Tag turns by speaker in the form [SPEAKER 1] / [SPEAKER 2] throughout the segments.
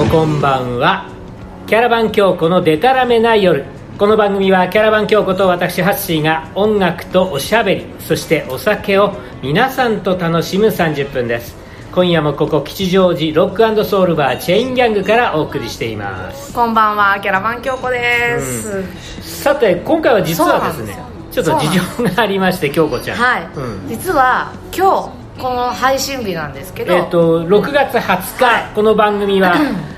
[SPEAKER 1] おこんばんはキャラバン京子のデタラメな夜この番組はキャラバン京子と私ハッシーが音楽とおしゃべりそしてお酒を皆さんと楽しむ30分です今夜もここ吉祥寺ロックソウルバーチェインギャングからお送りしています
[SPEAKER 2] こんばんは、キャラバン京子です。
[SPEAKER 1] さて今回は実はですね
[SPEAKER 2] そうなんです
[SPEAKER 1] ちょ
[SPEAKER 2] よ
[SPEAKER 1] っと事情がありまして京子ちゃん
[SPEAKER 2] はい、
[SPEAKER 1] うん
[SPEAKER 2] 実は今日この配信日なんですけど、
[SPEAKER 1] えー、と6月20日、
[SPEAKER 2] は
[SPEAKER 1] この番組は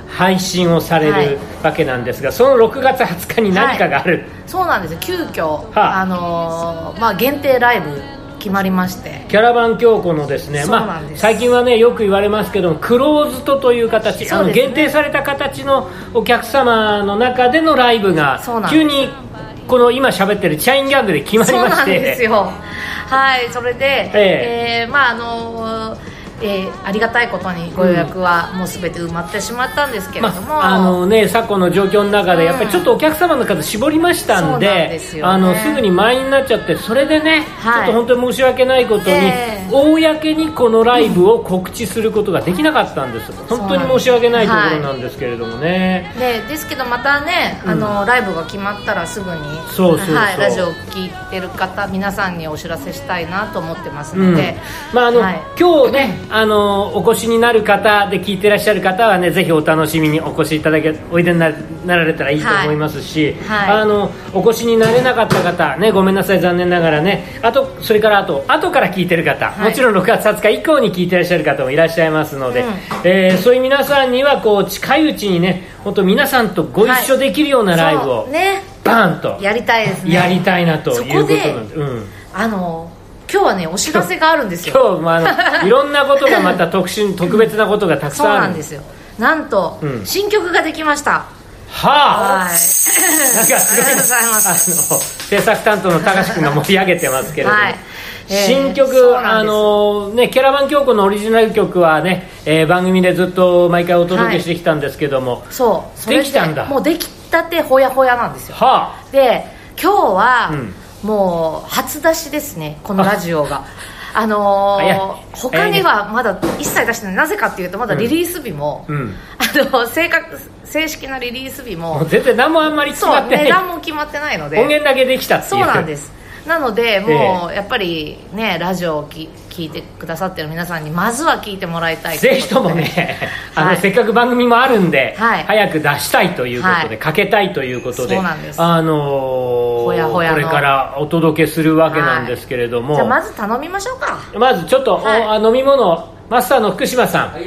[SPEAKER 1] 配信をされる、
[SPEAKER 2] はい
[SPEAKER 1] わけなんですがその6月20日に何かがある、
[SPEAKER 2] そうなんですよ。急遽、
[SPEAKER 1] あ
[SPEAKER 2] あのーまあ限定ライブ決まりまして、
[SPEAKER 1] キャラバン京子のですね
[SPEAKER 2] そう
[SPEAKER 1] ま
[SPEAKER 2] な
[SPEAKER 1] あ
[SPEAKER 2] ん、です
[SPEAKER 1] 最近はねよく言われますけどもクローズドという形あ
[SPEAKER 2] そう
[SPEAKER 1] の
[SPEAKER 2] ですね
[SPEAKER 1] 限定された形のお客様の中でのライブが
[SPEAKER 2] そうなんで
[SPEAKER 1] 急
[SPEAKER 2] す
[SPEAKER 1] にこの今喋ってるチャインギャングで決まり
[SPEAKER 2] そう
[SPEAKER 1] ま
[SPEAKER 2] な
[SPEAKER 1] し
[SPEAKER 2] んです
[SPEAKER 1] て
[SPEAKER 2] よ。はい、それで、
[SPEAKER 1] え
[SPEAKER 2] えーまああのーえーありがたいことにご予約はもうすべて埋まってしまったんですけれ
[SPEAKER 1] ま
[SPEAKER 2] ども、
[SPEAKER 1] あ、あのね昨今の状況の中で
[SPEAKER 2] うん
[SPEAKER 1] やっぱりちょっとお客様の数絞りましたんで,、
[SPEAKER 2] そうなんですよね
[SPEAKER 1] あのすぐに満員になっちゃってそれでね、
[SPEAKER 2] はい
[SPEAKER 1] ちょっと本当に申し訳ないことに、
[SPEAKER 2] ええ
[SPEAKER 1] 公にこのライブを告知することができなかったんです本当に申し訳ないところなんですけれどもね、
[SPEAKER 2] でですけどまたね、あのライブが決まったらすぐに
[SPEAKER 1] そうそうそう
[SPEAKER 2] はい、ラジオを聴いてる方皆さんにお知らせしたいなと思ってます
[SPEAKER 1] う
[SPEAKER 2] の
[SPEAKER 1] ん
[SPEAKER 2] で、
[SPEAKER 1] まああの
[SPEAKER 2] はい
[SPEAKER 1] 今日ねあのお越しになる方で聞いてらっしゃる方はねぜひお楽しみにお越しいただけおいでにななられたらいいと
[SPEAKER 2] はい
[SPEAKER 1] 思いますし、
[SPEAKER 2] はい
[SPEAKER 1] あのお越しになれなかった方ねごめんなさい残念ながらねあとそれからあと後から聞いてる方、
[SPEAKER 2] はい
[SPEAKER 1] もちろん6月20日以降に聞いてらっしゃる方もいらっしゃいますので、
[SPEAKER 2] うん
[SPEAKER 1] えーそういう皆さんにはこう近いうちにね本当皆さんとご一緒できるようなライブを、
[SPEAKER 2] そうね
[SPEAKER 1] バーンと
[SPEAKER 2] やりたいですね
[SPEAKER 1] やりたいなと
[SPEAKER 2] そ
[SPEAKER 1] いう
[SPEAKER 2] こ
[SPEAKER 1] こと
[SPEAKER 2] で
[SPEAKER 1] なんで、うん
[SPEAKER 2] あの今日はねお知らせがあるんですよ
[SPEAKER 1] 今日、まあ、あのいろんなことがまた特殊特別なことがたく
[SPEAKER 2] そう
[SPEAKER 1] さんあ
[SPEAKER 2] な
[SPEAKER 1] る
[SPEAKER 2] んですよなんと、
[SPEAKER 1] うん
[SPEAKER 2] 新曲ができました
[SPEAKER 1] はあ
[SPEAKER 2] はい
[SPEAKER 1] なんかすごい
[SPEAKER 2] ありがとうございます
[SPEAKER 1] あの制作担当の高橋君が盛り上げてますけれども、
[SPEAKER 2] はいえー
[SPEAKER 1] 新
[SPEAKER 2] そう
[SPEAKER 1] 曲
[SPEAKER 2] な
[SPEAKER 1] あ
[SPEAKER 2] んです
[SPEAKER 1] のねキャラバン京子のオリジナル曲はね、えー番組でずっと毎回お届けしてきたんですけども、は
[SPEAKER 2] そうそれ
[SPEAKER 1] できたんだ
[SPEAKER 2] もうできたてほやほやなんですよ
[SPEAKER 1] あ
[SPEAKER 2] で今日は、
[SPEAKER 1] うん
[SPEAKER 2] もう初出しですねこのラジオがあのー
[SPEAKER 1] 早い
[SPEAKER 2] 他にはまだ一切出してないなぜかっていうとまだリリース日も、
[SPEAKER 1] うん
[SPEAKER 2] あの正確正式なリリース日
[SPEAKER 1] も
[SPEAKER 2] も
[SPEAKER 1] う全然何もあんまり決ま
[SPEAKER 2] そう
[SPEAKER 1] って
[SPEAKER 2] 値
[SPEAKER 1] ない
[SPEAKER 2] 段も決まってないので
[SPEAKER 1] 音源だけできたって
[SPEAKER 2] そ
[SPEAKER 1] いうう
[SPEAKER 2] なんですなのでもうやっぱりねラジオをき聞いてくださってる皆さんにまずは聞いてもらいたい
[SPEAKER 1] ぜひともね、あの
[SPEAKER 2] はい
[SPEAKER 1] せっかく番組もあるんで、
[SPEAKER 2] はい
[SPEAKER 1] 早く出したいということで、
[SPEAKER 2] はい
[SPEAKER 1] かけたいということで
[SPEAKER 2] そうなんです
[SPEAKER 1] あのー
[SPEAKER 2] ほやほや
[SPEAKER 1] こ
[SPEAKER 2] の
[SPEAKER 1] れからお届けするわけなんですけれども、
[SPEAKER 2] じゃあま
[SPEAKER 1] ま
[SPEAKER 2] ず頼みましょうか
[SPEAKER 1] ずちょっと、
[SPEAKER 2] はい
[SPEAKER 1] おあ飲み物マスターの福島さん、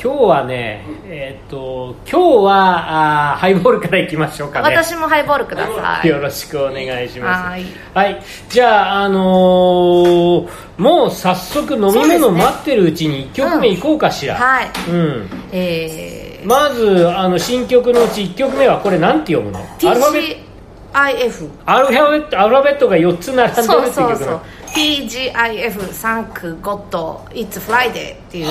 [SPEAKER 1] 今日はね、えーっと今日はあーハイボールからいきましょうかね。
[SPEAKER 2] 私もハイボールください
[SPEAKER 1] よろしくお願いします。はい、じゃあ、あのーもう早速飲み
[SPEAKER 2] そうです
[SPEAKER 1] 物
[SPEAKER 2] ね
[SPEAKER 1] 待ってるうちに1曲目いこうかしら。
[SPEAKER 2] はい
[SPEAKER 1] うん、
[SPEAKER 2] えー
[SPEAKER 1] まずあの新曲のうち1曲目はこれなんて読むのアルファベット
[SPEAKER 2] TGIF
[SPEAKER 1] アルファベットアルファベットが4つ並んでるって
[SPEAKER 2] そ
[SPEAKER 1] いうう曲な
[SPEAKER 2] そ
[SPEAKER 1] の
[SPEAKER 2] うそう TGIF サンクゴッド It's Friday っていう
[SPEAKER 1] は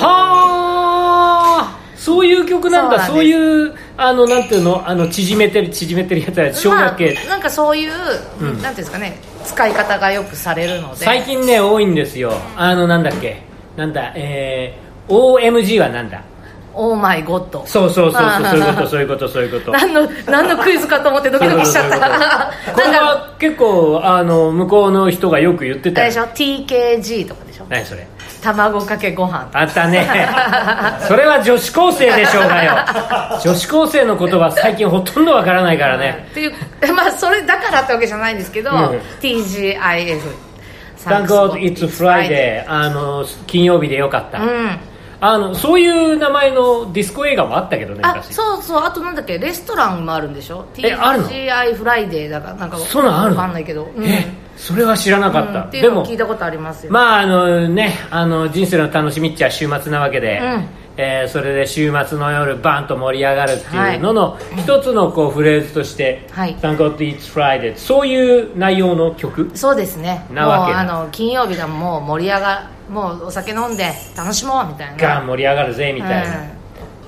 [SPEAKER 1] あそういう曲なんだ
[SPEAKER 2] そ
[SPEAKER 1] そう
[SPEAKER 2] うなんです
[SPEAKER 1] いうあのなんていうのあの縮めてる縮めてるやつは小学系、
[SPEAKER 2] まあ、なんかそういう、なんていうんですかね使い方がよくされるので
[SPEAKER 1] 最近ね多いんですよあのなんだっけなんだえー、OMG はなんだ
[SPEAKER 2] オーマイゴッド
[SPEAKER 1] そうそうそうそう
[SPEAKER 2] あー
[SPEAKER 1] そういうことそういうことそういうこと
[SPEAKER 2] 何の何のクイズかと思ってドキドキしちゃった
[SPEAKER 1] これ
[SPEAKER 2] なんか
[SPEAKER 1] は結構あの向こうの人がよく言って
[SPEAKER 2] あ
[SPEAKER 1] た
[SPEAKER 2] れ
[SPEAKER 1] よ
[SPEAKER 2] でしょ TKG とかでしょ
[SPEAKER 1] 何それ
[SPEAKER 2] 卵かけご飯
[SPEAKER 1] あった ねそれは女子高生でしょうがよ女子高生の言葉最近ほとんどわからないからね
[SPEAKER 2] っていう まあそれだからってわけじゃないんですけど、
[SPEAKER 1] うん
[SPEAKER 2] TGIF
[SPEAKER 1] 「Thank God It's Friday」あの金曜日でよかった、
[SPEAKER 2] うん
[SPEAKER 1] あのそういう名前のディスコ映画もあったけどね
[SPEAKER 2] あ
[SPEAKER 1] 昔
[SPEAKER 2] そうそうあとなんだっけレストランもあるんでしょ
[SPEAKER 1] えあるの
[SPEAKER 2] TGI フライデーだからなんか
[SPEAKER 1] そんなんある
[SPEAKER 2] わ
[SPEAKER 1] の
[SPEAKER 2] かんないけど、うん
[SPEAKER 1] えそれは知らなかった、
[SPEAKER 2] うんってい
[SPEAKER 1] で
[SPEAKER 2] うのを
[SPEAKER 1] も
[SPEAKER 2] 聞いたことありますよ、
[SPEAKER 1] まああのねあの人生の楽しみっちゃ週末なわけで、
[SPEAKER 2] うん
[SPEAKER 1] えーそれで週末の夜バンと盛り上がるっていうのの一つのこうフレーズとして「
[SPEAKER 2] はい
[SPEAKER 1] Thank God It's Friday」そういう内容の曲
[SPEAKER 2] そうですね
[SPEAKER 1] なわけだ
[SPEAKER 2] もうあの金曜日がもう盛り上がもうお酒飲んで楽しもうみたいな
[SPEAKER 1] が盛り上がるぜみたいな、
[SPEAKER 2] うん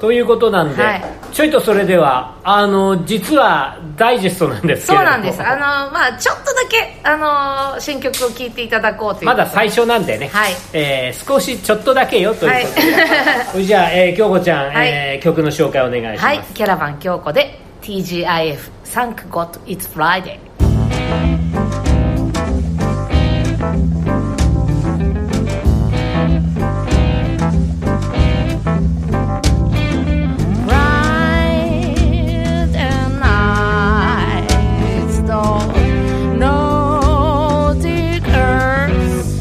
[SPEAKER 1] ということなんで、
[SPEAKER 2] はい
[SPEAKER 1] ちょいとそれではあの実はダイジェストなんですけ
[SPEAKER 2] そ
[SPEAKER 1] れ
[SPEAKER 2] う
[SPEAKER 1] ども
[SPEAKER 2] なんですあのまあちょっとだけあの新曲を聴いていただこうという
[SPEAKER 1] まだ最初なんでね、
[SPEAKER 2] はい
[SPEAKER 1] えー少しちょっとだけよということで、 それじゃあ、えー、京子ちゃん、
[SPEAKER 2] はい
[SPEAKER 1] えー曲の紹介お願いします、
[SPEAKER 2] はい、キャラバン京子で TGIF「Thank God It's Friday」
[SPEAKER 3] Bright and nights, though Nordic Earths.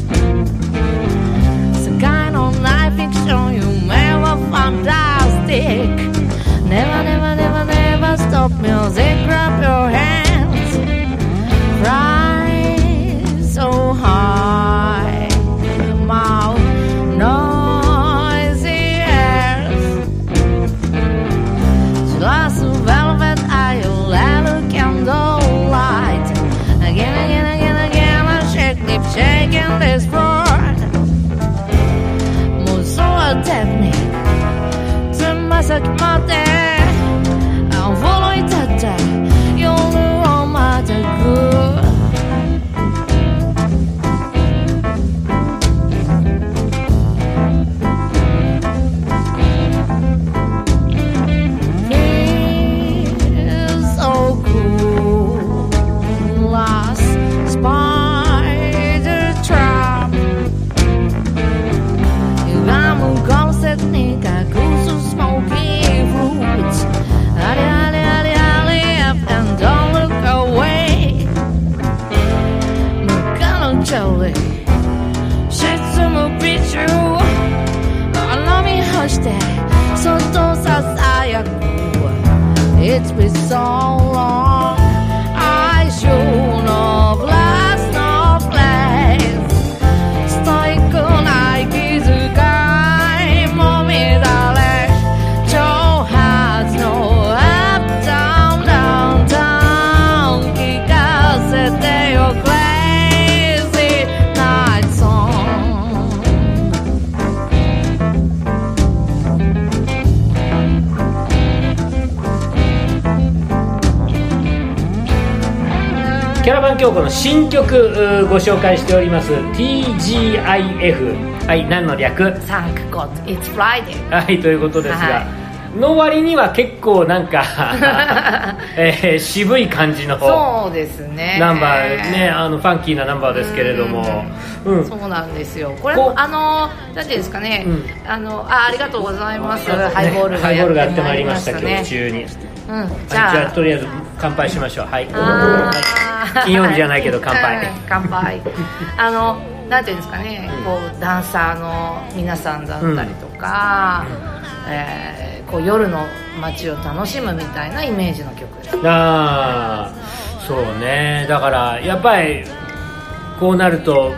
[SPEAKER 3] It's a kind of non-fiction you never fantastic. Never, never, never, never stop music. Grab your hands, rise so high, mouth noisy earth. Glass of velvet, I love candlelight. Again, again, again, again, I shake, keep shaking this board. Monsoon technique, Tsumasaki mate. I'm following Tata, you know I'm at a good. 沈むビーチを絡み干してそっとささやく it's been so long. I should have last no place. Stoic I kiss guy, mommy darling. Joe has no up, down, down, down. Kick us at your crazy night song.
[SPEAKER 1] キャラバン京子の新曲うーご紹介しております TGIF はい何の略
[SPEAKER 2] 「Thank God It's Friday
[SPEAKER 1] はいということですが、
[SPEAKER 2] は
[SPEAKER 1] の割には結構なんか、 えー渋い感じの」
[SPEAKER 2] そうですね
[SPEAKER 1] ナンバーねあのファンキーなナンバーですけれどもうん
[SPEAKER 2] そうなんですよこれ
[SPEAKER 1] こう
[SPEAKER 2] あのなんていうんですかね、
[SPEAKER 1] う
[SPEAKER 2] あのあありがとうございます、
[SPEAKER 1] ね
[SPEAKER 2] ハイボール
[SPEAKER 1] ハ
[SPEAKER 2] が
[SPEAKER 1] イボ
[SPEAKER 2] や
[SPEAKER 1] ールがや
[SPEAKER 2] っ
[SPEAKER 1] っててま
[SPEAKER 2] ま
[SPEAKER 1] い
[SPEAKER 2] い
[SPEAKER 1] り
[SPEAKER 2] り
[SPEAKER 1] ま
[SPEAKER 2] ま
[SPEAKER 1] し
[SPEAKER 2] したた
[SPEAKER 1] 今
[SPEAKER 2] ね
[SPEAKER 1] 日中に
[SPEAKER 2] うん、
[SPEAKER 1] じ
[SPEAKER 2] じ
[SPEAKER 1] ゃ
[SPEAKER 2] ゃ
[SPEAKER 1] あ
[SPEAKER 2] あ
[SPEAKER 1] とりあえず乾杯しましょうはい
[SPEAKER 2] あ ー
[SPEAKER 1] 金曜日じゃないけど乾杯
[SPEAKER 2] うん乾 杯あのなんていうんですかねこうダンサーの皆さんだったりとか、えーこう夜の街を楽しむみたいなイメージの曲です
[SPEAKER 1] あーそうねだからやっぱりこうなると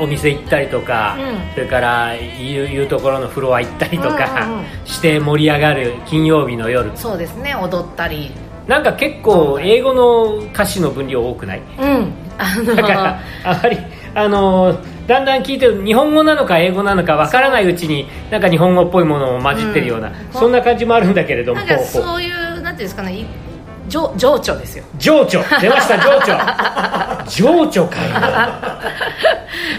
[SPEAKER 1] お店行ったりとか、
[SPEAKER 2] うん
[SPEAKER 1] それからいういうところのフロア行ったりとか、
[SPEAKER 2] うんうん
[SPEAKER 1] して盛り上がる金曜日の夜
[SPEAKER 2] そうですね踊ったり
[SPEAKER 1] なんか結構英語の歌詞の分量多く ない
[SPEAKER 2] うんあの
[SPEAKER 1] だからあまりあのだんだん聞いてる日本語なのか英語なのかわからないうちになんか日本語っぽいものも混じってるような、
[SPEAKER 2] うん
[SPEAKER 1] そんな感じもあるんだけれども
[SPEAKER 2] なんかそういうなんていうんですかねい情情緒ですよ
[SPEAKER 1] 情緒出ま した情緒情緒かよ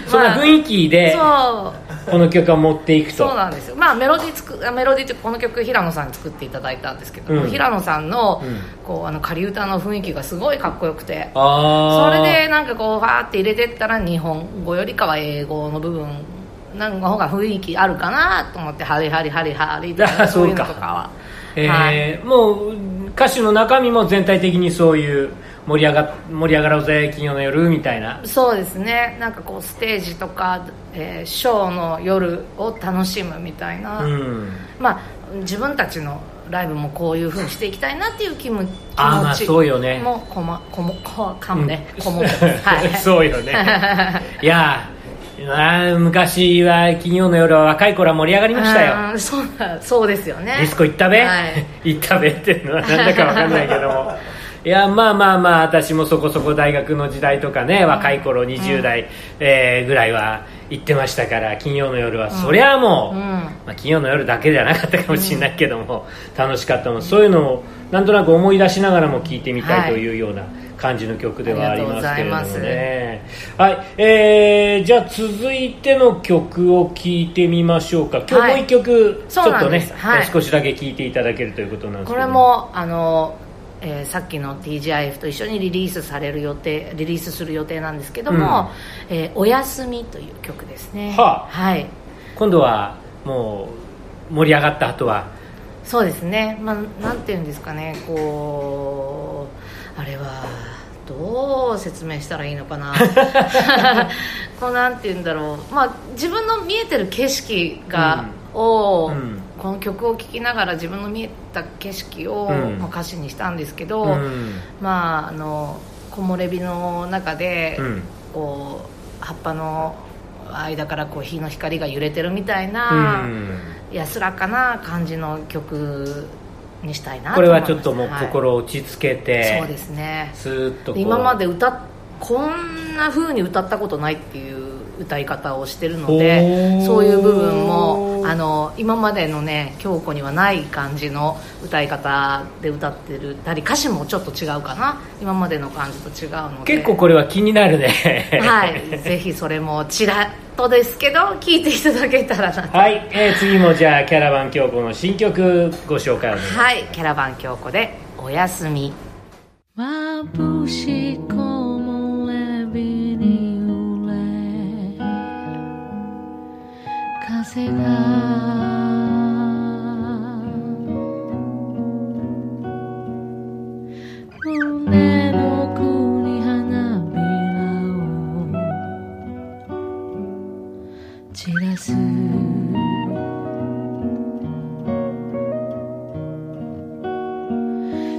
[SPEAKER 1] そんな雰囲気で
[SPEAKER 2] まあ
[SPEAKER 1] この曲は持っていく
[SPEAKER 2] そう
[SPEAKER 1] と
[SPEAKER 2] そうなんですよまあメロディーつくあメロディーってこの曲平野さんに作っていただいたんですけど、
[SPEAKER 1] うん
[SPEAKER 2] 平野さんの,、
[SPEAKER 1] うん
[SPEAKER 2] こうあの仮歌の雰囲気がすごいかっこよくてそ
[SPEAKER 1] あー
[SPEAKER 2] れでなんかこうファーって入れてったら日本語よりかは英語の部分なんかの方が雰囲気あるかなと思って「ハリハリハリハリ」と
[SPEAKER 1] あ
[SPEAKER 2] かそういう
[SPEAKER 1] そ
[SPEAKER 2] の
[SPEAKER 1] うか
[SPEAKER 2] とかは。
[SPEAKER 1] えー
[SPEAKER 2] はい
[SPEAKER 1] もう歌詞の中身も全体的にそういう盛り上が盛り上がろうぜ金曜の夜みたいな
[SPEAKER 2] そうですねなんかこうステージとか、えーショーの夜を楽しむみたいな、
[SPEAKER 1] うん
[SPEAKER 2] まあ自分たちのライブもこういう風にしていきたいなっていう気も気持ち
[SPEAKER 1] あーまあそうよね
[SPEAKER 2] もこまこもこかもね、
[SPEAKER 1] うん
[SPEAKER 2] こ もってますはい
[SPEAKER 1] そう よねいやーあー昔は金曜の夜は若い頃は盛り上がりましたよ
[SPEAKER 2] うんそうだそうですよね
[SPEAKER 1] ディスコ行ったべ、
[SPEAKER 2] はい
[SPEAKER 1] 行ったべっていうのはなんだかわかんないけどもいやまあまあまあ私もそこそこ大学の時代とかね若い頃20代、えーぐらいは行ってましたから金曜の夜は、そりゃもう、
[SPEAKER 2] うん
[SPEAKER 1] まあ、金曜の夜だけじゃなかったかもしれないけども、楽しかったもんそういうのをなんとなく思い出しながらも聴いてみた
[SPEAKER 2] はい
[SPEAKER 1] と
[SPEAKER 2] い
[SPEAKER 1] いうような感じの曲ではありますけれど
[SPEAKER 2] ありがとう
[SPEAKER 1] も
[SPEAKER 2] ござ
[SPEAKER 1] ねはい、えーじゃあ続いての曲を聴いてみましょうか今日もう一曲、ちょ
[SPEAKER 2] そう
[SPEAKER 1] っ
[SPEAKER 2] な
[SPEAKER 1] と
[SPEAKER 2] ん
[SPEAKER 1] ね、
[SPEAKER 2] ですはい
[SPEAKER 1] えー少しだけ聴いていただけるということなんです
[SPEAKER 2] こ
[SPEAKER 1] けど
[SPEAKER 2] れもあの、えーさっきの TGIF と一緒にリリースされる予定リリースする予定なんですけども「えーおやすみ」という曲ですね
[SPEAKER 1] はあ
[SPEAKER 2] はい
[SPEAKER 1] 今度はもう盛り上がった後は
[SPEAKER 2] そうですね、まあ、なんていうんですかねこうあれはどう説明したらいい のかなこうなんていうんだろう、まあ、自分の見えてる景色が、を、
[SPEAKER 1] うん
[SPEAKER 2] この曲を聴きながら自分の見えた景色を、
[SPEAKER 1] うん
[SPEAKER 2] まあ歌詞にしたんですけど、
[SPEAKER 1] うん
[SPEAKER 2] まああの木漏れ日の中で、
[SPEAKER 1] うん
[SPEAKER 2] こう葉っぱの間からこう日の光が揺れてるみたいうな。
[SPEAKER 1] ん
[SPEAKER 2] 安らかな感じの曲にしたいな
[SPEAKER 1] ことれ
[SPEAKER 2] 思い
[SPEAKER 1] はち
[SPEAKER 2] ます
[SPEAKER 1] ょっともう
[SPEAKER 2] はい
[SPEAKER 1] 心を落ち着けて、
[SPEAKER 2] そうですね
[SPEAKER 1] すーっとこう
[SPEAKER 2] 今まで歌っこんな風に歌ったことないっていう歌い方をしてるの
[SPEAKER 1] お
[SPEAKER 2] で
[SPEAKER 1] ー
[SPEAKER 2] そういう部分もあの今までのね京子にはない感じの歌い方で歌ってるたり歌詞もちょっと違うかな今までの感じと違うので
[SPEAKER 1] 結構これは気になるね
[SPEAKER 2] はいぜひそれもちらっとですけど聞いていただけたらなと
[SPEAKER 1] はい、えー次もじゃあキャラバン京子の新曲ご紹介をお願いします
[SPEAKER 2] はい、キャラバン京子でおやすみ。
[SPEAKER 3] 眩しい木漏れ日に揺れ風が胸の奥に花びらを散らす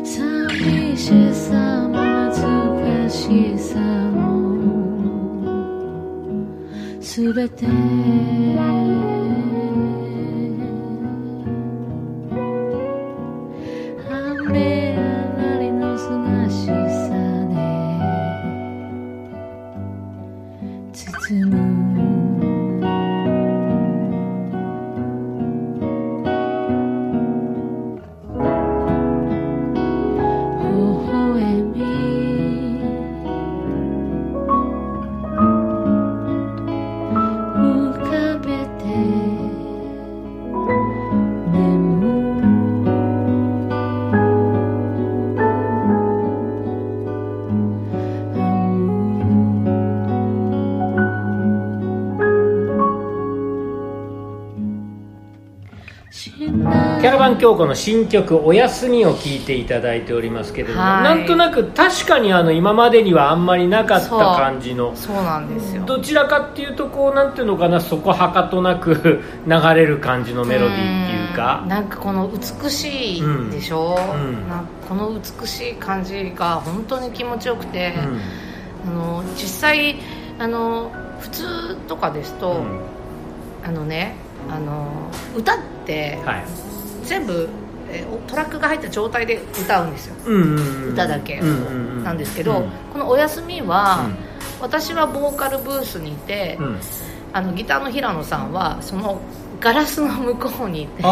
[SPEAKER 3] 寂しさも懐かしさもすべて雨上がりのすがしさで包む微笑み浮かべて眠るしない
[SPEAKER 1] キャラバン京子の新曲「おやすみ」を聴いていただいておりますけれども、
[SPEAKER 2] はい
[SPEAKER 1] なんとなく確かにあの今までにはあんまりなかった感じの
[SPEAKER 2] そうなんですよ。
[SPEAKER 1] どちらかっていうとこうなんていうのかなそこはかとなく流れる感じのメロディーっていうか
[SPEAKER 2] んなんかこの美しいでしょ、
[SPEAKER 1] うんうん
[SPEAKER 2] なんかこの美しい感じが本当に気持ちよくて、
[SPEAKER 1] うん
[SPEAKER 2] あの実際あの普通とかですと、
[SPEAKER 1] うん
[SPEAKER 2] あのねあの歌って
[SPEAKER 1] はい
[SPEAKER 2] 全部、えおトラックが入った状態で歌うんですよ
[SPEAKER 1] うんうんうん
[SPEAKER 2] 歌だけ
[SPEAKER 1] うんうんうん
[SPEAKER 2] なんですけど、
[SPEAKER 1] うん
[SPEAKER 2] この「おやすみは」私はボーカルブースにいて、
[SPEAKER 1] うん
[SPEAKER 2] あのギターの平野さんはそのガラスの向こうにいて
[SPEAKER 1] あ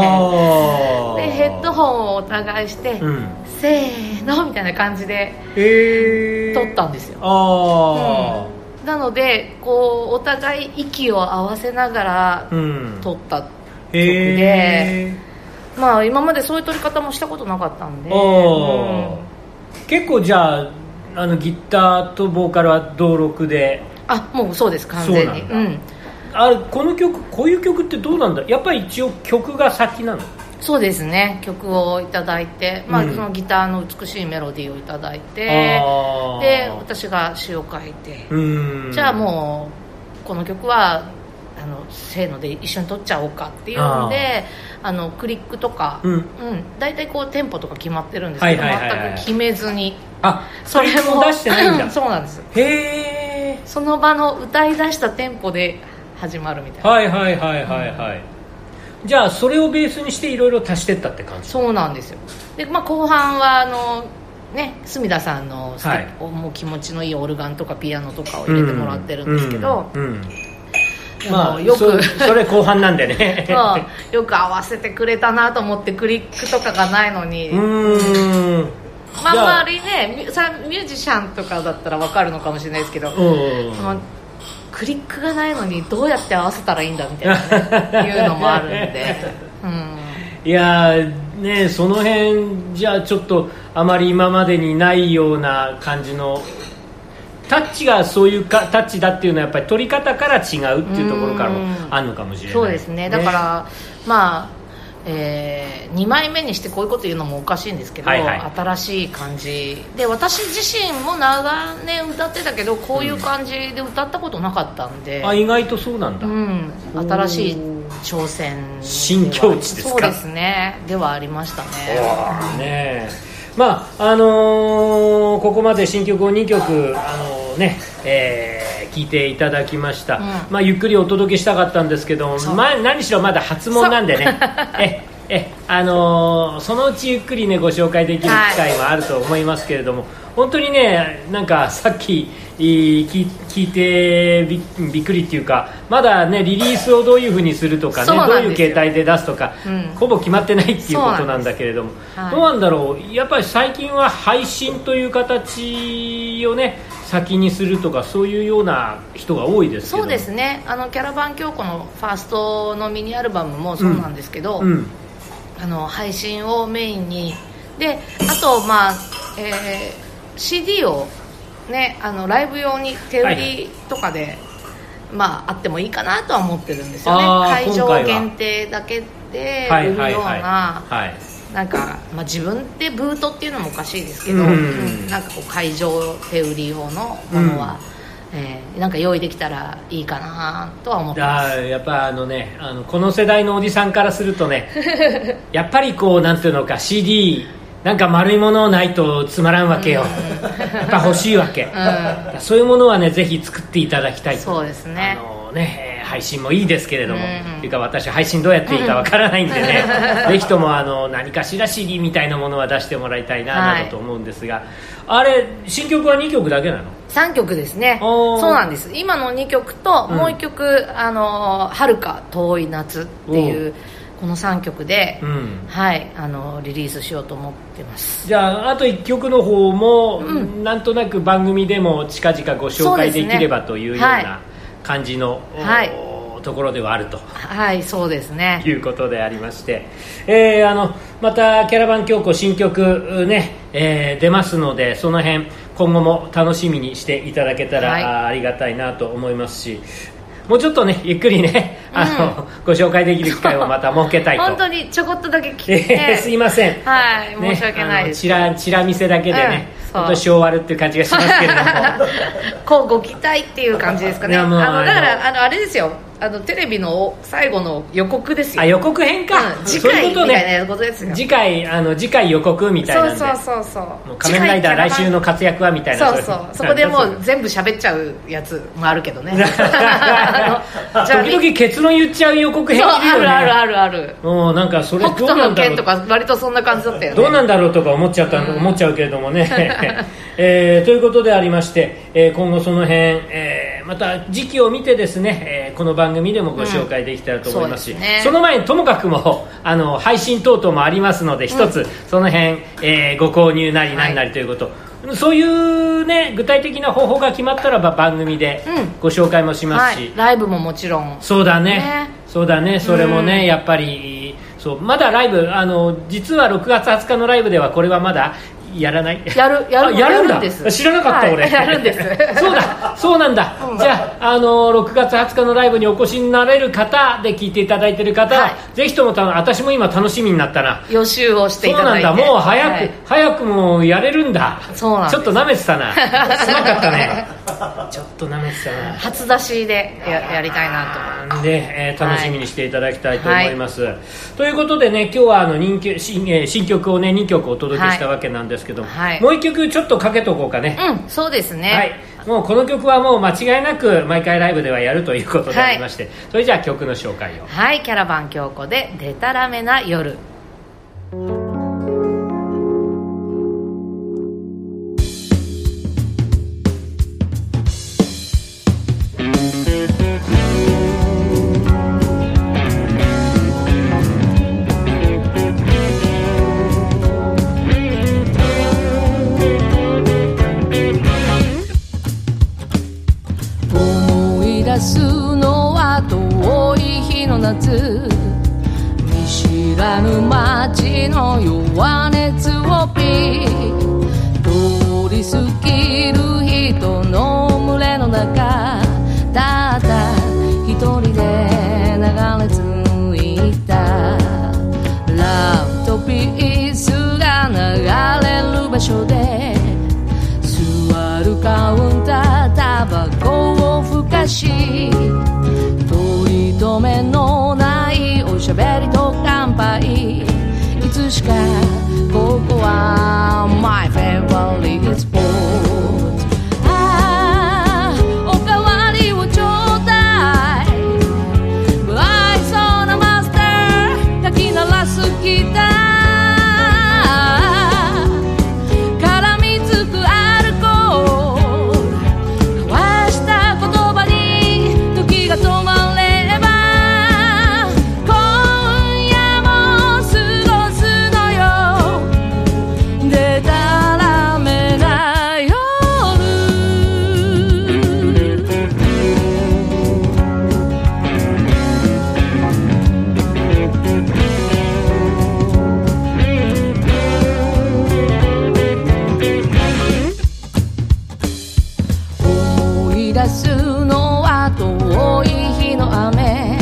[SPEAKER 1] ー
[SPEAKER 2] でヘッドホンをお互いして、
[SPEAKER 1] うん
[SPEAKER 2] せーのみたいな感じで
[SPEAKER 1] えー、
[SPEAKER 2] 撮ったんですよ、
[SPEAKER 1] あ
[SPEAKER 2] なのでこうお互い息を合わせながら
[SPEAKER 1] あうん
[SPEAKER 2] 撮った、
[SPEAKER 1] へ
[SPEAKER 2] で
[SPEAKER 1] ー
[SPEAKER 2] まあ今までそういう撮り方もしたことなかったんで、
[SPEAKER 1] あ
[SPEAKER 2] うん
[SPEAKER 1] ー結構じゃああのギターとボーカルは同録で
[SPEAKER 2] あもうそうです完全に
[SPEAKER 1] そううなん
[SPEAKER 2] ん、
[SPEAKER 1] あこの曲こういう曲ってどうなんだやっぱり一応曲が先なの
[SPEAKER 2] そうですね曲をいただいて、まあ
[SPEAKER 1] うん
[SPEAKER 2] そのギターの美しいメロディーをいただいて
[SPEAKER 1] あー
[SPEAKER 2] で私が詩を書いて、
[SPEAKER 1] うん
[SPEAKER 2] じゃあもうこの曲はあのせーので一緒に撮っちゃおうかっていうのであのクリックとか、
[SPEAKER 1] うん
[SPEAKER 2] ん大体こうテンポとか決まってるんですけど、
[SPEAKER 1] はいはいはいはい
[SPEAKER 2] 全く決めずに
[SPEAKER 1] あそれも出してないんだ
[SPEAKER 2] そうなんです
[SPEAKER 1] へえ
[SPEAKER 2] その場の歌い出したテンポで始まるみたいな、
[SPEAKER 1] はいはいはいはいはい、じゃあそれをベースにしていろいろ足してったって感じ
[SPEAKER 2] そうなんですよで、まあ、後半はあのね、隅田さんの、
[SPEAKER 1] はい
[SPEAKER 2] もう気持ちのいいオルガンとかピアノとかを入れてもらってるんですけど、
[SPEAKER 1] うんうん
[SPEAKER 2] でも
[SPEAKER 1] まあ
[SPEAKER 2] よ
[SPEAKER 1] よ
[SPEAKER 2] く
[SPEAKER 1] くそれ後半なんで ね
[SPEAKER 2] そうよく合わせてくれたなと思ってクリックとかがないのに、
[SPEAKER 1] うーん
[SPEAKER 2] ま
[SPEAKER 1] じゃ
[SPEAKER 2] あ、あまりねミュさミュージシャンとかだったらわかるのかもしれないですけど、
[SPEAKER 1] うん
[SPEAKER 2] そのクリックがないのにどうやって合わせたらいいんだみたいな、 ね、いうのもあるんで、うん、
[SPEAKER 1] いやーねその辺じゃあちょっとあまり今までにないような感じのタッチがそういうかタッチだっていうのはやっぱり取り方から違うっていうところからも
[SPEAKER 2] うん
[SPEAKER 1] あるのかもしれない
[SPEAKER 2] そうですねだから、まあえ2枚目にしてこういうこと言うのもおかしいんですけど、
[SPEAKER 1] はいはい
[SPEAKER 2] 新しい感じで私自身も長年歌ってたけどこういう感じで歌ったことなかったんで、
[SPEAKER 1] あ意外とそうなんだ、
[SPEAKER 2] うん、新しい挑戦では
[SPEAKER 1] 新境地ですか
[SPEAKER 2] そうですねではありましたね
[SPEAKER 1] ねえまああのーここまで新曲を2曲、あのーねえー聞いていただきました、
[SPEAKER 2] ん
[SPEAKER 1] まあ、ゆっくりお届けしたかったんですけど、
[SPEAKER 2] そう
[SPEAKER 1] ま、何しろまだ発問なんでね ええあのーそのうちゆっくりねご紹介できる機会もあると思いますけれども、本当にねなんかさっきいい聞聞いてびびっくりっていうかまだねリリースをどういうふうにするとかね
[SPEAKER 2] そうなん
[SPEAKER 1] どう
[SPEAKER 2] ですよ
[SPEAKER 1] いう形態で出すとか、
[SPEAKER 2] うん
[SPEAKER 1] ほぼ決まってないっていうことなんだけれども、
[SPEAKER 2] はい
[SPEAKER 1] どうなんだろうやっぱり最近は配信という形をね先にするとかそういうような人が多いですけど
[SPEAKER 2] そうですねあのキャラバン京子のファーストのミニアルバムもそうなんですけど、
[SPEAKER 1] うん
[SPEAKER 2] あの配信をメインにであと、まあえー CD を、ね、あのライブ用に手売
[SPEAKER 1] はい
[SPEAKER 2] りとかで、まあ、あってもいいかなとは思ってるんですよ
[SPEAKER 1] あー
[SPEAKER 2] ね会
[SPEAKER 1] 今回は
[SPEAKER 2] 場限定だけで
[SPEAKER 1] は
[SPEAKER 2] 売
[SPEAKER 1] い
[SPEAKER 2] るような、
[SPEAKER 1] はいはいはい
[SPEAKER 2] なんか、まあ、自分でブートっていうのもおかしいですけど、
[SPEAKER 1] うん
[SPEAKER 2] うんなんかこう会場手売り用のものは、えーなんか用意できたらいいかなとは思ってます。
[SPEAKER 1] あーやっぱあのねあのこの世代のおじさんからするとね やっぱりこうなんていうのか CD なんか丸いものないとつまらんわけよ、やっぱ欲しいわけ、
[SPEAKER 2] う
[SPEAKER 1] そういうものはねぜひ作っていただきたいと
[SPEAKER 2] そうですね
[SPEAKER 1] あのねえー配信もいいですけれども、
[SPEAKER 2] うん
[SPEAKER 1] というか私配信どうやっていいかわからないんで ね、ぜひともあの何かしら CD みたいなものは出してもらいたいな
[SPEAKER 2] はい
[SPEAKER 1] などと思うんですが、あれ新曲は2曲だけなの
[SPEAKER 2] 3曲ですね
[SPEAKER 1] おー
[SPEAKER 2] そうなんです今の2曲と
[SPEAKER 1] うん
[SPEAKER 2] もう1曲「あのはるか遠い夏」っていうこの3曲で、
[SPEAKER 1] うん
[SPEAKER 2] はいあのリリースしようと思ってます
[SPEAKER 1] じゃああと1曲の方も、なんとなく番組でも近々ご紹介
[SPEAKER 2] そうで
[SPEAKER 1] です
[SPEAKER 2] ね
[SPEAKER 1] きればというよう
[SPEAKER 2] はい
[SPEAKER 1] な感じの、
[SPEAKER 2] はい
[SPEAKER 1] おところではあると。
[SPEAKER 2] はいそうですね
[SPEAKER 1] いうことでありまして、えーあのまたキャラバン京子新曲うね、えー出ますのでその辺今後も楽しみにしていただけたら、
[SPEAKER 2] はい
[SPEAKER 1] あーありがたいなと思いますしもうちょっとねゆっくりねあの、ご紹介できる機会をまた設けたいと
[SPEAKER 2] 本当にちょこっとだけ聞いて、
[SPEAKER 1] えーすいません
[SPEAKER 2] はい
[SPEAKER 1] ね
[SPEAKER 2] 申し訳ないです、
[SPEAKER 1] あのチラチラ見せだけでね、
[SPEAKER 2] うんそう
[SPEAKER 1] 本当に昭和るっていう感じがしますけれ ども
[SPEAKER 2] こうご期待っていう感じですか
[SPEAKER 1] い
[SPEAKER 2] ね
[SPEAKER 1] や
[SPEAKER 2] あ
[SPEAKER 1] もう
[SPEAKER 2] の
[SPEAKER 1] あの
[SPEAKER 2] だからあのあれですよあのテレビの最後の予告ですよ
[SPEAKER 1] あ予告編か、
[SPEAKER 2] うん次
[SPEAKER 1] そう
[SPEAKER 2] 回
[SPEAKER 1] いう
[SPEAKER 2] み
[SPEAKER 1] こと
[SPEAKER 2] たい
[SPEAKER 1] ね
[SPEAKER 2] なことですよ
[SPEAKER 1] 次回あの次回予告みたいなんで
[SPEAKER 2] そうそうそうそう
[SPEAKER 1] もう仮面ライダー来週の活躍はみたいな
[SPEAKER 2] そうそうそこでもう全部喋っちゃうやつもある けどね あのじゃあ
[SPEAKER 1] 時々結論言っちゃう予告
[SPEAKER 2] そう
[SPEAKER 1] 編いる
[SPEAKER 2] あ
[SPEAKER 1] よね
[SPEAKER 2] るあるあるある
[SPEAKER 1] もうなんかそれ
[SPEAKER 2] 北
[SPEAKER 1] どう
[SPEAKER 2] 斗
[SPEAKER 1] なん
[SPEAKER 2] の
[SPEAKER 1] だろ
[SPEAKER 2] 剣
[SPEAKER 1] う
[SPEAKER 2] とか割とそんな感じだったよね
[SPEAKER 1] どうなんだろうとか思っちゃった、思っちゃうけれども ね、えーということでありまして、えー今後その辺、えーまた時期を見てですね、えーこの番組でもご紹介できたらと思いますし、
[SPEAKER 2] うんそうですね
[SPEAKER 1] その前にともかくもあの配信等々もありますので一つ、その辺、えーご購入なりなんなりということ、そういうね具体的な方法が決まったらば番組で
[SPEAKER 2] うん
[SPEAKER 1] ご紹介もしますし、
[SPEAKER 2] はい、ライブももちろん
[SPEAKER 1] そうだね
[SPEAKER 2] ね
[SPEAKER 1] そうだねそれもね、
[SPEAKER 2] うん
[SPEAKER 1] やっぱりそうまだライブあの実は6月20日のライブではこれはまだやらない
[SPEAKER 2] やるや る
[SPEAKER 1] あやるんだ
[SPEAKER 2] やるんです
[SPEAKER 1] 知らなかった、
[SPEAKER 2] はい
[SPEAKER 1] 俺
[SPEAKER 2] やるんです
[SPEAKER 1] そうだそうなんだ、
[SPEAKER 2] うん
[SPEAKER 1] じゃああの6月20日のライブにお越しになれる方で聞いていただいてる方は、
[SPEAKER 2] はい
[SPEAKER 1] ぜひともた私も今楽しみになったな
[SPEAKER 2] 予習をしてい
[SPEAKER 1] そう
[SPEAKER 2] た
[SPEAKER 1] な
[SPEAKER 2] だ
[SPEAKER 1] ん
[SPEAKER 2] いて
[SPEAKER 1] だもう早く、
[SPEAKER 2] はい
[SPEAKER 1] 早くもうやれるんだ
[SPEAKER 2] そうなんです
[SPEAKER 1] ちょっと舐めてた なすまかったねちょっと舐めてたな
[SPEAKER 2] 初出しでややりたいなと思って
[SPEAKER 1] なんで、えー楽しみにしていただきたいと思います、ということでね今日はあの人気新,、えー新曲をね2曲お届けしたわけなんですけども、
[SPEAKER 2] はい
[SPEAKER 1] もう1曲ちょっとかけとこうかね、
[SPEAKER 2] うんそうですね
[SPEAKER 1] はいもうこの曲はもう間違いなく毎回ライブではやるということでありまして、それじゃあ曲の紹介を
[SPEAKER 2] はい、キャラバン京子で「でたらめな夜」
[SPEAKER 3] 「思い出すのは遠い日の夏見知らぬ街の弱熱をピー通り過ぎる人の群れの中ただ一人で流れ着いたラブとピースが流れる場所で座るカウンタータバコをふかし取り留めのないおしゃべりと乾杯いつしかここは My favorite spot ああおかわりをちょうだい不愛想なマスターかき鳴らすギター絡みつくアルコール交わした言葉に時が止まれば今夜も過ごすのよでたらめな夜思い出すのは遠い日の雨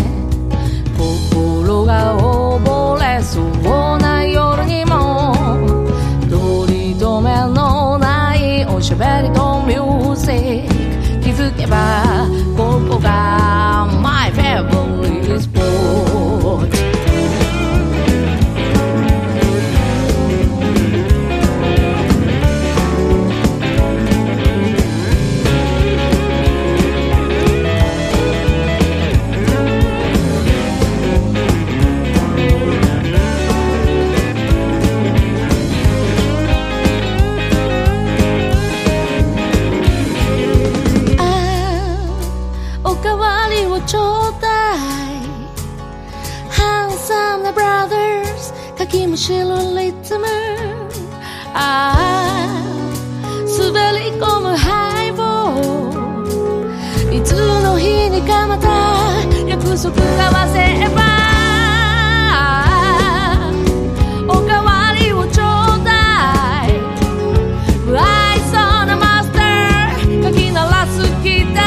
[SPEAKER 3] 心が溺れそうな夜にも取り留めのないおしゃべりとミュージック気づけばここが My favorite spot ああおかわりをちょうだい Handsome brothers かきむしるリズムああ滑り込むハイボールいつの日にかまた約束交わせばおかわりをちょうだい不愛想なマスターかき鳴らすギタ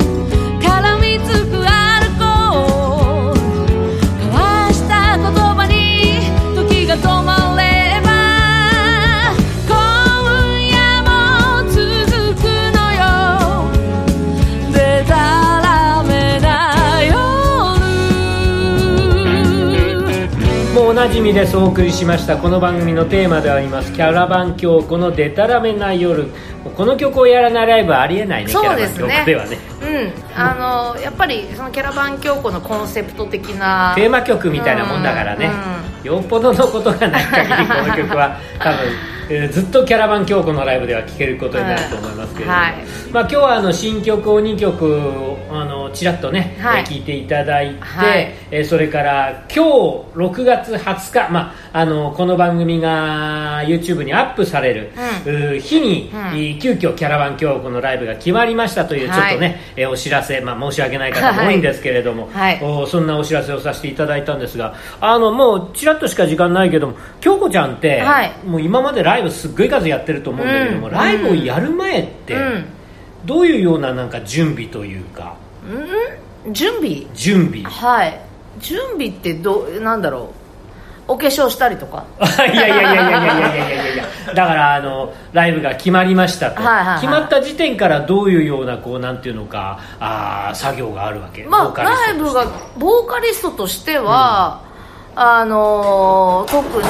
[SPEAKER 3] ー絡みつくアルコール交わした言葉に時が止まれば今夜も続くのよでたらめな夜
[SPEAKER 1] もうおなじみですお送りしましたこの番組のテーマであります「キャラバン教このデタラメな夜」この曲をやらないライブはありえないね
[SPEAKER 2] そうです
[SPEAKER 1] キャラバ
[SPEAKER 2] ね
[SPEAKER 1] ン教ではね
[SPEAKER 2] うんあのやっぱりそのキャラバン京子のコンセプト的な
[SPEAKER 1] テーマ曲みたいなもんだからね、よっぽどのことがない限りこの曲は多分、えーずっとキャラバン京子のライブでは聴けることになると思いますけれども、
[SPEAKER 2] はい
[SPEAKER 1] まあ、今日はあの新曲を2曲あのちらっとね聴、
[SPEAKER 2] はい
[SPEAKER 1] えー聞いていただいて、
[SPEAKER 2] はい
[SPEAKER 1] えーそれから今日6月20日、まあ、あのこの番組が YouTube にアップされる、
[SPEAKER 2] う
[SPEAKER 1] うー日に、
[SPEAKER 2] うん
[SPEAKER 1] えー急遽キャラバン京子のライブが決まりましたというちょっとね、
[SPEAKER 2] はい
[SPEAKER 1] えーお知らせ、まあ、申し訳ない方も多いんですけれども、
[SPEAKER 2] はいはい
[SPEAKER 1] おそんなお知らせをさせていただいたんですがあのもうちらっとしか時間ないけども京子ちゃんって、
[SPEAKER 2] はい
[SPEAKER 1] もう今までライブすっごい数やってると思うんだけども、
[SPEAKER 2] うん
[SPEAKER 1] ライブをやる前って、
[SPEAKER 2] うん
[SPEAKER 1] どういうようななんか準備というか
[SPEAKER 2] うん準備
[SPEAKER 1] 準 備
[SPEAKER 2] はい準備ってどうなんだろうお化粧したり とか
[SPEAKER 1] いやいやいやいやいやいやいやいやいやだからあのライブが決まりましたと、
[SPEAKER 2] はいはいはい
[SPEAKER 1] 決まった時点からどういうようなこうなんていうのかあー作業があるわけ、ボ
[SPEAKER 2] ま
[SPEAKER 1] ー
[SPEAKER 2] あ
[SPEAKER 1] カリスト
[SPEAKER 2] ライブがボーカリストとしては、あのー特に、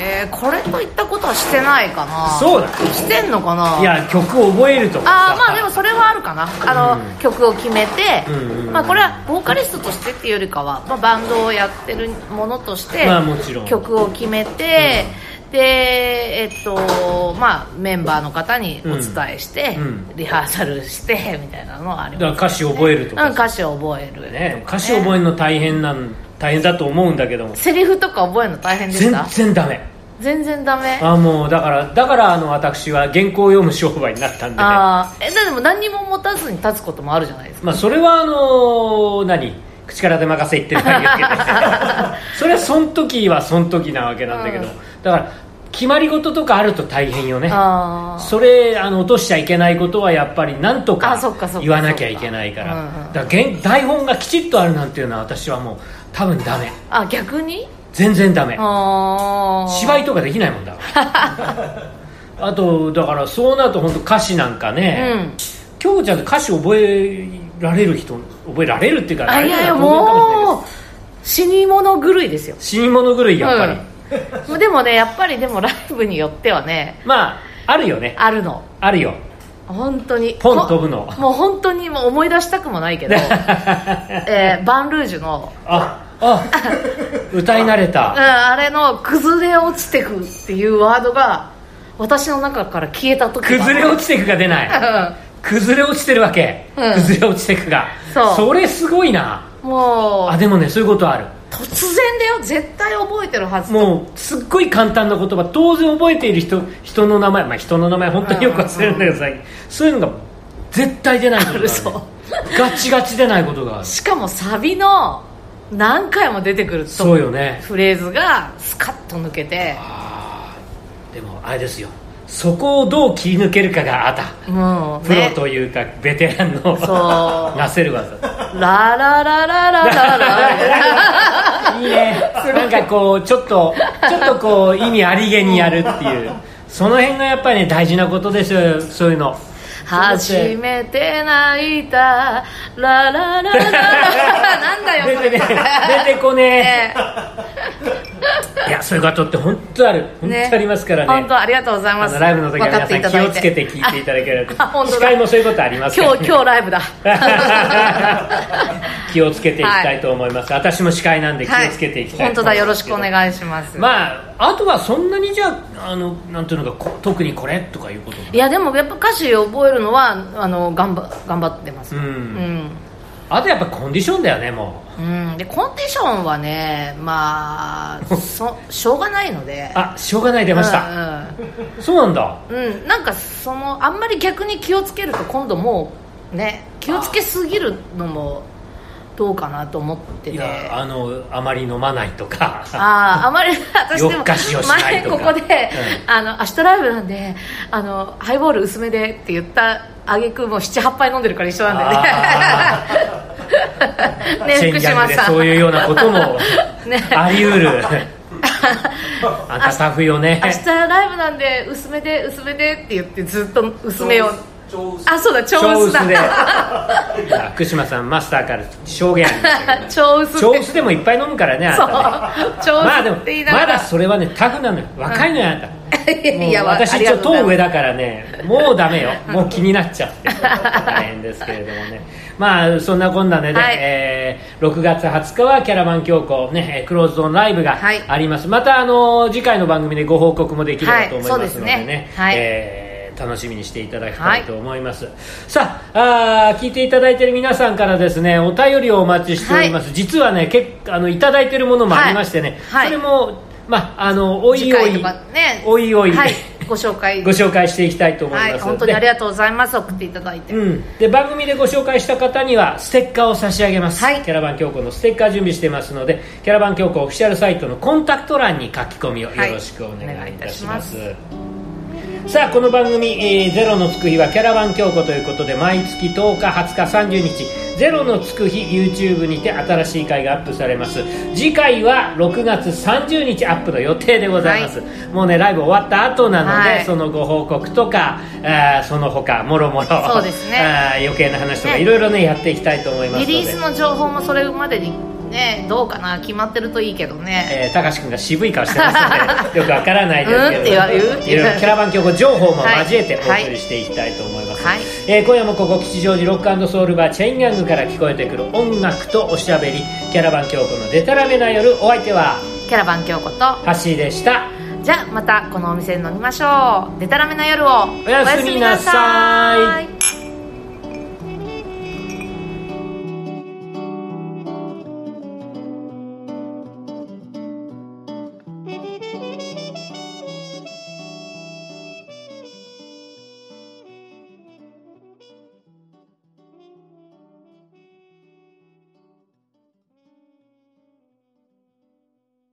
[SPEAKER 2] えーこれといったことはしてないかな
[SPEAKER 1] そうだ
[SPEAKER 2] してんのかない
[SPEAKER 1] や曲を覚えるとかさ
[SPEAKER 2] ああまあでもそれはあるかなあの、
[SPEAKER 1] うん
[SPEAKER 2] 曲を決めて、
[SPEAKER 1] うんうん
[SPEAKER 2] まあ、これはボーカリストとしてっていうよりかは、まあ、バンドをやってるものとして
[SPEAKER 1] まあもちろん
[SPEAKER 2] 曲を決めて、でえっとまあメンバーの方にお伝えして、
[SPEAKER 1] うんうん
[SPEAKER 2] リハーサルしてみたいなのはあり
[SPEAKER 1] だから
[SPEAKER 2] ます
[SPEAKER 1] 歌詞覚えると
[SPEAKER 2] うん
[SPEAKER 1] か
[SPEAKER 2] 歌詞を覚える、
[SPEAKER 1] ね歌詞覚えるの大変なん大変だと思うんだけども
[SPEAKER 2] セリフとか覚えるの大変でし
[SPEAKER 1] 全
[SPEAKER 2] た
[SPEAKER 1] 然ダメ
[SPEAKER 2] 全然ダメ
[SPEAKER 1] あもうだからだからあの私は原稿を読む商売になったんでね
[SPEAKER 2] あーえでも何にも持たずに立つこともあるじゃないですか
[SPEAKER 1] まあそれはあの何口から出任せ言ってるだけだけど それはその時はその時なわけなんだけど、
[SPEAKER 2] うん
[SPEAKER 1] だから決まり事とかあると大変よね
[SPEAKER 2] あー
[SPEAKER 1] それあの落としちゃいけないことはやっぱり何とか
[SPEAKER 2] あそっかそっか
[SPEAKER 1] 言わなきゃいけないから
[SPEAKER 2] そっかうんうん
[SPEAKER 1] だから原台本がきちっとあるなんていうのは私はもう多分ダメ
[SPEAKER 2] あ逆に
[SPEAKER 1] 全然ダメ
[SPEAKER 2] あー
[SPEAKER 1] 芝居とかできないもん だあとだからそうなると本当歌詞なんか
[SPEAKER 2] う
[SPEAKER 1] ね、
[SPEAKER 2] ん
[SPEAKER 1] 京子ちゃんって歌詞覚えられる人覚えられるっていうか
[SPEAKER 2] あいやいや
[SPEAKER 1] あれなら当然かもしれないけど
[SPEAKER 2] もう死に物狂いですよ
[SPEAKER 1] 死に物狂いやっぱり、
[SPEAKER 2] うん、でもねやっぱりでもライブによってはね
[SPEAKER 1] まああるよね
[SPEAKER 2] あるの
[SPEAKER 1] あるよ
[SPEAKER 2] 本当に
[SPEAKER 1] ポン飛ぶの
[SPEAKER 2] ももう本当にもう思い出したくもな いけど、えーバンルージュの、
[SPEAKER 1] ああ歌い慣れ
[SPEAKER 2] うん、
[SPEAKER 1] た
[SPEAKER 2] あれの「崩れ落ちてく」っていうワードが私の中から消えた時
[SPEAKER 1] 崩れ落
[SPEAKER 2] ち
[SPEAKER 1] ちてくが出ない崩れ落ちてるわけ、
[SPEAKER 2] うん
[SPEAKER 1] 崩れ落ちてくが
[SPEAKER 2] そう
[SPEAKER 1] れすごいな
[SPEAKER 2] も
[SPEAKER 1] あ
[SPEAKER 2] う
[SPEAKER 1] でもねそういうことある
[SPEAKER 2] 突然だよ絶対覚えてるはず
[SPEAKER 1] もうすっごい簡単な言葉当然覚えている人人の名前まあ人の名前本当によく忘れるんだけど最近そういうのが絶対出ないことがあるねガチガチ出ないことがある
[SPEAKER 2] しかもサビの何回も出てくると
[SPEAKER 1] そうよね
[SPEAKER 2] フレーズがスカッと抜けて
[SPEAKER 1] でもあれですよそこをどう切り抜けるかがあた
[SPEAKER 2] もう
[SPEAKER 1] プロ
[SPEAKER 2] ね
[SPEAKER 1] というかベテランの
[SPEAKER 2] そう
[SPEAKER 1] なせる 技
[SPEAKER 2] ラララララ ララ
[SPEAKER 1] いいねなんかこうちょっとちょっとこう意味ありげにやるっていうその辺がやっぱりね大事なことですよそういうの
[SPEAKER 2] 初めて泣いたラララララなんだよこ
[SPEAKER 1] 出
[SPEAKER 2] れ
[SPEAKER 1] てね出てこねえいやそういうことって本当ある本当ありますからね
[SPEAKER 2] 本当ありがとうござい
[SPEAKER 1] あ
[SPEAKER 2] ます
[SPEAKER 1] のライブの時は
[SPEAKER 2] 分かってい
[SPEAKER 1] 皆
[SPEAKER 2] た
[SPEAKER 1] さ
[SPEAKER 2] だ
[SPEAKER 1] ん気
[SPEAKER 2] い
[SPEAKER 1] をつけて聞いていただければ
[SPEAKER 2] ああ本当だ
[SPEAKER 1] 司会もそういうことありますから、
[SPEAKER 2] 今
[SPEAKER 1] ね、
[SPEAKER 2] 日今日ライブだ
[SPEAKER 1] 気をつけていきたいと思います、私も司会なんで気をつけていきたい
[SPEAKER 2] 本
[SPEAKER 1] と
[SPEAKER 2] 当
[SPEAKER 1] 思
[SPEAKER 2] だ
[SPEAKER 1] い
[SPEAKER 2] よ
[SPEAKER 1] ま
[SPEAKER 2] ろ
[SPEAKER 1] す
[SPEAKER 2] し
[SPEAKER 1] け
[SPEAKER 2] く
[SPEAKER 1] ど
[SPEAKER 2] お願いします
[SPEAKER 1] まああとはそんなにじゃああのなんていうのかこ特にこれとかいうことも
[SPEAKER 2] いやでもやっぱ歌詞を覚えるのはあの頑張頑張ってます
[SPEAKER 1] うん
[SPEAKER 2] うん
[SPEAKER 1] あとやっぱコンディションだよねもう
[SPEAKER 2] うんでコンディションはねま あそしょうがないので
[SPEAKER 1] あしょうがない出ました、
[SPEAKER 2] うん
[SPEAKER 1] そうなんだ
[SPEAKER 2] うん、うんなんかそのあんまり逆に気をつけると今度もうね気をつけすぎるのもどうかなと思って
[SPEAKER 1] い
[SPEAKER 2] て、
[SPEAKER 1] やあのあまり飲まないとか
[SPEAKER 2] あああまり私で
[SPEAKER 1] 夜
[SPEAKER 2] も
[SPEAKER 1] 更かしをしない
[SPEAKER 2] 前
[SPEAKER 1] とか
[SPEAKER 2] ここで、
[SPEAKER 1] う
[SPEAKER 2] あの明日ライブなんであのハイボール薄めでって言ったあげくもう78杯飲んでるから一緒なんでね
[SPEAKER 1] チェ
[SPEAKER 2] ね
[SPEAKER 1] ン
[SPEAKER 2] 福
[SPEAKER 1] ジャン
[SPEAKER 2] 島
[SPEAKER 1] で
[SPEAKER 2] さん
[SPEAKER 1] そういうような ことも
[SPEAKER 2] ね
[SPEAKER 1] あり得るあんたタフよね
[SPEAKER 2] 明日ライブなんで薄めで薄めでって言ってずっと薄めをあそうだ超
[SPEAKER 1] 超
[SPEAKER 2] 薄
[SPEAKER 1] 薄
[SPEAKER 2] だ
[SPEAKER 1] であ福島さんマスターから証 言ありましたけど
[SPEAKER 2] 超薄
[SPEAKER 1] 超
[SPEAKER 2] って
[SPEAKER 1] 薄でもいっぱい飲むからねあん
[SPEAKER 2] そう
[SPEAKER 1] たね
[SPEAKER 2] 超
[SPEAKER 1] まあで
[SPEAKER 2] 薄
[SPEAKER 1] も
[SPEAKER 2] って言いなが
[SPEAKER 1] ま
[SPEAKER 2] ら
[SPEAKER 1] だそれはねタフなのよ若いのよあんた、もう
[SPEAKER 2] いや
[SPEAKER 1] 私
[SPEAKER 2] あり
[SPEAKER 1] 一
[SPEAKER 2] が
[SPEAKER 1] 応
[SPEAKER 2] とうござい
[SPEAKER 1] 当
[SPEAKER 2] ます
[SPEAKER 1] 上だからねもうダ メよもう気になっちゃって大変ですけれどもねまあそんなこんなでね、
[SPEAKER 2] はい
[SPEAKER 1] えー6月20日はキャラバン強行ねえークローズドンライブが
[SPEAKER 2] はい
[SPEAKER 1] あります、またあの次回の番組でご報告もできればと思い
[SPEAKER 2] は
[SPEAKER 1] ま
[SPEAKER 2] い
[SPEAKER 1] す
[SPEAKER 2] そ
[SPEAKER 1] の
[SPEAKER 2] う
[SPEAKER 1] で
[SPEAKER 2] です
[SPEAKER 1] ね
[SPEAKER 2] ねはい
[SPEAKER 1] えー楽しみにしていただきたいと思います、さああー聞いていただいている皆さんからですねお便りをお待ちしております、実はね結構あのいただいているものもありましてね、
[SPEAKER 2] はいは
[SPEAKER 1] それ
[SPEAKER 2] い
[SPEAKER 1] もまああのお
[SPEAKER 2] 次
[SPEAKER 1] いお
[SPEAKER 2] 回と
[SPEAKER 1] い
[SPEAKER 2] かね
[SPEAKER 1] おいおいで、
[SPEAKER 2] はいご紹介
[SPEAKER 1] ご紹介していきたいと思います、
[SPEAKER 2] はい本当にあり
[SPEAKER 1] が
[SPEAKER 2] がとうございます送っていただいて、
[SPEAKER 1] うん、で番組でご紹介した方にはステッカーを差し上げます、
[SPEAKER 2] はい
[SPEAKER 1] キャラバン教皇のステッカー準備してますのでキャラバン教皇オフィシャルサイトのコンタクト欄に書き込みをよろしくお願いいたします、さあこの番組「えーゼロのつく日」はキャラバン京子ということで毎月10日20日30日「ゼロのつく日」YouTube にて新しい回がアップされます次回は6月30日アップの予定でございます、もうねライブ終わった後なので、
[SPEAKER 2] はい
[SPEAKER 1] そのご報告とかあーその他もろもろ
[SPEAKER 2] そうです ね
[SPEAKER 1] あー余計な話とか
[SPEAKER 2] ね
[SPEAKER 1] いろいろねやっていきたいと思いますの
[SPEAKER 2] リ
[SPEAKER 1] で
[SPEAKER 2] リースの情報もそれまでにねどうかな決まってるといいけどね、
[SPEAKER 1] えー、高志君が渋い顔してますのでよくわからないです け
[SPEAKER 2] うんって言わ
[SPEAKER 1] ど
[SPEAKER 2] 言う
[SPEAKER 1] いろいろキャラバン曲情報も交えて
[SPEAKER 2] は
[SPEAKER 1] お
[SPEAKER 2] い
[SPEAKER 1] 送りしていきたいと思います、
[SPEAKER 2] はい
[SPEAKER 1] えー今夜もここ吉祥寺ロックソウルバーチェインガングから聞こえてくる音楽とおしゃべりキャラバン京子のデタラメな夜お相手は
[SPEAKER 2] キャラバン京子と
[SPEAKER 1] ハッシーでした
[SPEAKER 2] 「じゃあまたこのお店に飲みましょうでたらめな夜を
[SPEAKER 1] おやすみなさい
[SPEAKER 2] おやすみなさい